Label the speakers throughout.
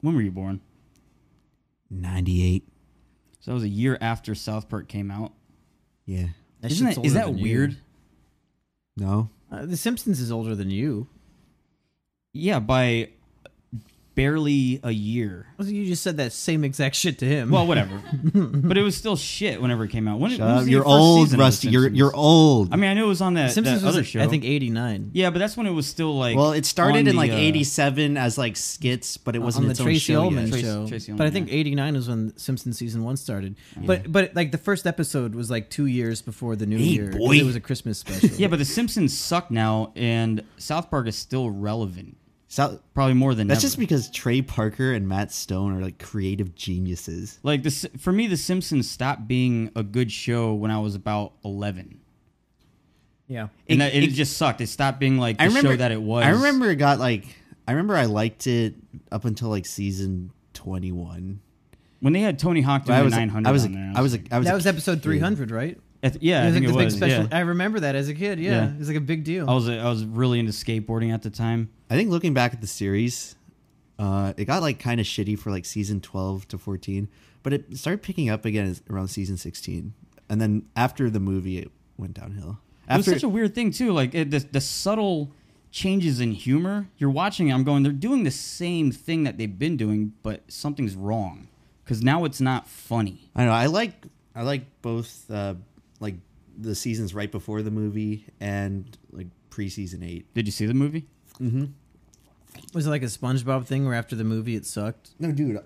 Speaker 1: When were you born?
Speaker 2: 98.
Speaker 1: So that was a year after South Park came out.
Speaker 2: Yeah.
Speaker 3: That
Speaker 1: Isn't
Speaker 3: shit's
Speaker 1: that, is
Speaker 3: older
Speaker 1: that
Speaker 3: than you.
Speaker 1: weird?
Speaker 2: No.
Speaker 3: Uh, the Simpsons is older than you.
Speaker 1: Yeah, by barely a year.
Speaker 3: You just said that same exact shit to him.
Speaker 1: Well, whatever. but it was still shit whenever it came out. When, it- when was the
Speaker 2: you're
Speaker 1: first
Speaker 2: old,
Speaker 1: season of The
Speaker 2: Rusty. You're
Speaker 1: Simpsons?
Speaker 2: you're old.
Speaker 1: I mean, I know it was on that,
Speaker 3: Simpsons
Speaker 1: that
Speaker 3: was
Speaker 1: other
Speaker 3: like,
Speaker 1: show.
Speaker 3: I think eighty nine.
Speaker 1: Yeah, but that's when it was still like.
Speaker 2: well, it started
Speaker 1: on
Speaker 2: in
Speaker 1: the,
Speaker 2: like
Speaker 1: uh,
Speaker 2: '87 as like skits, but it wasn't
Speaker 3: on the
Speaker 2: its
Speaker 3: Tracy
Speaker 2: own show
Speaker 3: Ullman
Speaker 2: yet.
Speaker 1: Tracy-
Speaker 3: show.
Speaker 1: Tracy
Speaker 3: but I
Speaker 1: Ullman,
Speaker 3: think
Speaker 1: yeah.
Speaker 3: '89 was when Simpsons season one started. But but like the first episode was like two years before the new
Speaker 2: Hey,
Speaker 3: year. 'cause
Speaker 2: boy.
Speaker 3: It was a Christmas special.
Speaker 1: Yeah, but The Simpsons suck now, and South Park is still relevant.
Speaker 2: So
Speaker 1: Probably more than
Speaker 2: that's
Speaker 1: ever.
Speaker 2: just because Trey Parker and Matt Stone are like creative geniuses.
Speaker 1: Like this for me, The Simpsons stopped being a good show when I was about eleven,
Speaker 3: yeah.
Speaker 1: and
Speaker 2: It-
Speaker 1: that, it,
Speaker 2: it-
Speaker 1: just sucked. It stopped being like the
Speaker 2: I remember
Speaker 1: show that it was.
Speaker 2: I remember it got like I remember I liked it up until like season 21.
Speaker 1: when they had Tony Hawk
Speaker 2: But
Speaker 1: doing
Speaker 2: I was
Speaker 1: the nine hundred.
Speaker 2: I was
Speaker 1: on there,
Speaker 2: I was a, I was
Speaker 3: that
Speaker 2: a
Speaker 3: was episode
Speaker 2: kid.
Speaker 3: 300, right?
Speaker 1: I th- yeah, I think it
Speaker 3: the big
Speaker 1: was.
Speaker 3: special.
Speaker 1: yeah.
Speaker 3: I remember that as a kid. Yeah,
Speaker 1: Yeah. Oh.
Speaker 3: it was like a big deal.
Speaker 1: I was I was really into skateboarding at the time.
Speaker 2: I think looking back at the series, uh, it got like kind of shitty for like season 12 to 14, but it started picking up again as- around season 16. And then after the movie, it went downhill.
Speaker 1: It was
Speaker 2: After
Speaker 1: such a weird thing too. Like it, the the subtle changes in humor. You're watching. it, I'm going. They're doing the same thing that they've been doing, but something's wrong because now it's not funny.
Speaker 2: I don't know. I like I like both uh, like the seasons right before the movie and like pre-season 8.
Speaker 1: Did you see the movie?
Speaker 3: was it like a SpongeBob thing where after the movie it sucked?
Speaker 2: No, dude.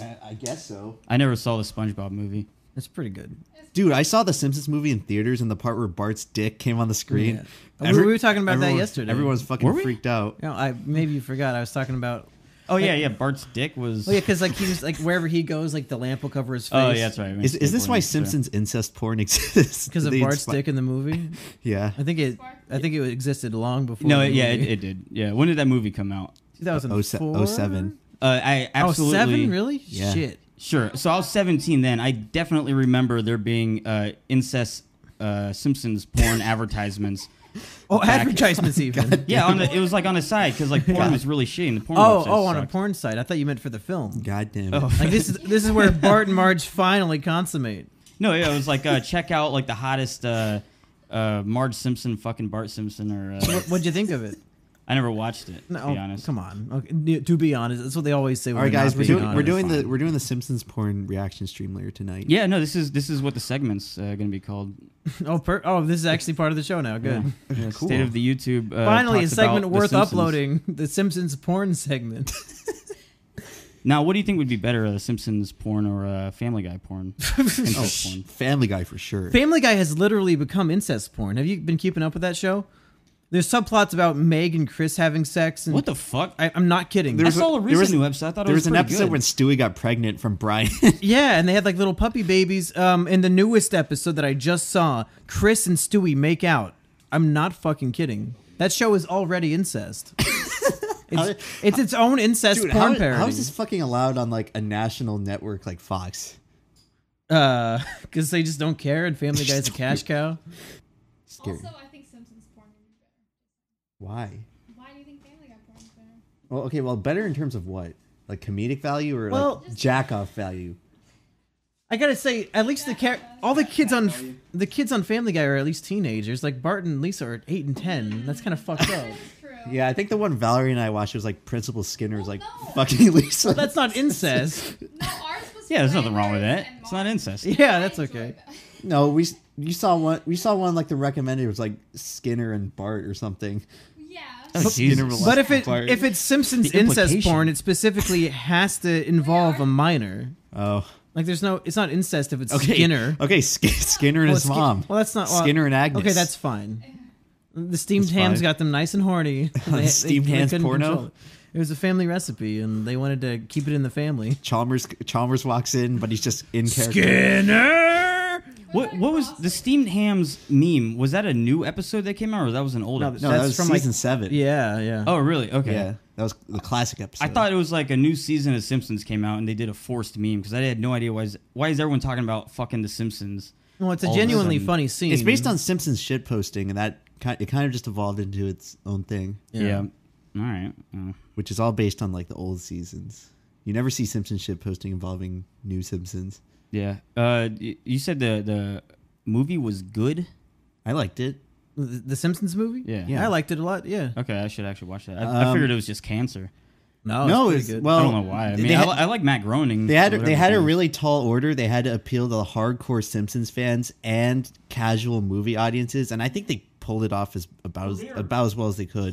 Speaker 2: I, I guess so.
Speaker 1: I never saw the SpongeBob movie.
Speaker 3: It's pretty good.
Speaker 2: Dude, I saw the Simpsons movie in theaters and the part where Bart's dick came on the screen.
Speaker 3: Yeah. We were talking about that
Speaker 2: everyone-
Speaker 3: yesterday.
Speaker 2: Everyone was fucking
Speaker 1: Were we?
Speaker 2: freaked out.
Speaker 3: You know, I maybe you forgot. I was talking about.
Speaker 1: Oh yeah, yeah. Bart's dick was.
Speaker 3: Oh yeah, because like he was like wherever he goes, like the lamp will cover his face.
Speaker 1: Oh, yeah, that's right. I mean,
Speaker 2: Is, is this why
Speaker 1: skateboarding, so-
Speaker 2: Simpsons incest porn exists?
Speaker 3: Because of
Speaker 2: They
Speaker 3: Bart's
Speaker 2: inspi-
Speaker 3: dick in the movie.
Speaker 2: Yeah.
Speaker 3: I think it. I think it existed long before.
Speaker 1: No,
Speaker 3: the
Speaker 1: it, yeah, it,
Speaker 3: movie.
Speaker 1: it did. Yeah, when did that movie come out?
Speaker 3: 2004?
Speaker 2: Oh, se- oh, seven.
Speaker 1: Uh, I
Speaker 3: Oh,
Speaker 1: absolutely.
Speaker 3: seven? Really?
Speaker 2: Yeah.
Speaker 3: Shit.
Speaker 1: Sure. So I was 17 then. I definitely remember there being uh, incest uh, Simpsons porn advertisements.
Speaker 3: Oh,
Speaker 1: Back-
Speaker 3: advertisements even.
Speaker 1: Yeah, on the, it was like on the side because like porn was really shitty. And the porn.
Speaker 3: Oh,
Speaker 1: websites
Speaker 3: oh, on a
Speaker 1: sucked.
Speaker 3: porn site. I thought you meant for the film.
Speaker 2: God damn it.
Speaker 1: Oh,
Speaker 3: Like this is this is where Bart and Marge finally consummate.
Speaker 1: No, yeah, it was like uh, check out like the hottest uh, uh, Marge Simpson, fucking Bart Simpson, or uh,
Speaker 3: What, what'd you think of it?
Speaker 1: I never watched it. To
Speaker 3: No,
Speaker 1: be honest.
Speaker 3: come on. Okay, n- to be honest, that's what they always say.
Speaker 2: All right, guys, we're doing we're doing
Speaker 1: honest.
Speaker 2: the we're doing the Simpsons porn reaction stream later tonight.
Speaker 1: Yeah, no, this is this is what the segment's uh, gonna be called.
Speaker 3: Oh, per- oh, this is actually part of the show now. Good.
Speaker 1: Yeah. Yeah,
Speaker 2: Cool.
Speaker 1: State of the YouTube. Uh,
Speaker 3: Finally, a
Speaker 1: talks about
Speaker 3: segment
Speaker 1: The
Speaker 3: worth
Speaker 1: Simpsons.
Speaker 3: uploading: the Simpsons porn segment.
Speaker 1: Now, what do you think would be better, uh, Simpsons porn or uh, Family Guy porn? Incest porn.
Speaker 2: Family Guy for sure.
Speaker 3: Family Guy has literally become incest porn. Have you been keeping up with that show? There's subplots about Meg and Chris having sex. And
Speaker 1: What the fuck? I,
Speaker 3: I, I'm not kidding.
Speaker 2: There was
Speaker 1: saw a
Speaker 2: there was-
Speaker 1: recent new episode. I thought it
Speaker 2: there
Speaker 1: was,
Speaker 2: was an
Speaker 1: pretty
Speaker 2: episode
Speaker 1: good.
Speaker 2: when Stewie got pregnant from Brian.
Speaker 3: Yeah, and they had like little puppy babies. Um, in the newest episode that I just saw, Chris and Stewie make out. I'm not fucking kidding. That show is already incest. it's, it's its own incest
Speaker 2: Dude,
Speaker 3: porn
Speaker 2: how,
Speaker 3: parody.
Speaker 2: how is this fucking allowed on like a national network like Fox?
Speaker 3: Because Uh, they just don't care, and Family Guy's a cash cow.
Speaker 2: Scary.
Speaker 4: Also, I think Simpsons porn would be better.
Speaker 2: Why?
Speaker 4: Why do you think Family Guy porn is better?
Speaker 2: Well, okay, well, better in terms of what? Like comedic value or
Speaker 3: Well-
Speaker 2: like jack off value?
Speaker 3: I gotta say, at least the char- all the kids on the kids on Family Guy are at least teenagers. Like Bart and Lisa are eight and ten. That's kind of fucked up.
Speaker 4: It's true.
Speaker 2: Yeah, I think the one Valerie and I watched was like Principal Skinner was like
Speaker 4: no.
Speaker 2: fucking Lisa.
Speaker 3: That's not incest.
Speaker 4: No, ours was.
Speaker 1: yeah, there's nothing wrong with
Speaker 4: Flanders
Speaker 1: that.
Speaker 4: and
Speaker 1: It's not
Speaker 4: Marge.
Speaker 1: incest.
Speaker 3: Yeah, that's
Speaker 4: I enjoyed
Speaker 3: okay.
Speaker 4: that.
Speaker 2: no, we s- you saw one we saw one like the recommended was like Skinner and Bart or something.
Speaker 4: Yeah.
Speaker 1: Oh, Jesus.
Speaker 3: But if it
Speaker 2: Bart.
Speaker 3: if it's Simpsons
Speaker 1: The
Speaker 3: incest
Speaker 1: implication.
Speaker 3: porn, it specifically has to involve a minor.
Speaker 2: Oh,
Speaker 3: Like there's no, it's not incest if it's
Speaker 2: okay.
Speaker 3: Skinner.
Speaker 2: Okay, Sk- Skinner and
Speaker 3: Well,
Speaker 2: his
Speaker 3: Skin-
Speaker 2: mom.
Speaker 3: Well, that's not well,
Speaker 2: Skinner and Agnes.
Speaker 3: Okay, that's fine. The steamed hams
Speaker 2: fine.
Speaker 3: got them nice and horny. They- they-
Speaker 2: Steamed
Speaker 3: they
Speaker 2: hams
Speaker 3: couldn't
Speaker 2: porno?
Speaker 3: control It. It was a family recipe, and they wanted to keep it in the family.
Speaker 2: Chalmers. Chalmers walks in, but he's just in character.
Speaker 3: Skinner.
Speaker 1: What what was the steamed hams meme? Was that a new episode that came out, or that was an old
Speaker 3: No,
Speaker 1: episode?
Speaker 2: No, that
Speaker 3: That's
Speaker 2: was
Speaker 3: from, like-
Speaker 2: season seven.
Speaker 3: Yeah, yeah.
Speaker 1: Oh, really? Okay.
Speaker 2: yeah, that was the classic episode.
Speaker 1: I thought it was like a new season of Simpsons came out and they did a forced meme because I had no idea why is, why is everyone talking about fucking the Simpsons?
Speaker 3: well, it's a
Speaker 1: all of a
Speaker 3: genuinely
Speaker 1: sudden-
Speaker 3: funny scene.
Speaker 2: it's based on Simpsons shit posting, and that ki- it kind of just evolved into its own thing.
Speaker 1: Yeah. All right. well,
Speaker 2: which is all based on like the old seasons. You never see Simpsons shit posting involving new Simpsons.
Speaker 1: yeah. Uh, y- you said the the movie was good.
Speaker 2: I liked it.
Speaker 3: The, the Simpsons movie?
Speaker 1: Yeah. Uh,
Speaker 3: I liked it a lot. Yeah.
Speaker 1: Okay, I should actually watch that. I,
Speaker 2: Um,
Speaker 1: I figured it was just cancer.
Speaker 3: No,
Speaker 2: no,
Speaker 3: pretty
Speaker 2: it's well.
Speaker 1: I don't know why. I mean,
Speaker 2: oh, they
Speaker 1: I,
Speaker 2: had,
Speaker 1: li- I like Matt Groening.
Speaker 2: they had
Speaker 1: or
Speaker 2: they
Speaker 1: whatever
Speaker 2: had a
Speaker 1: his name is.
Speaker 2: really tall order. They had to appeal to the hardcore Simpsons fans and casual movie audiences, and I think they pulled it off as about as, about as well as they could.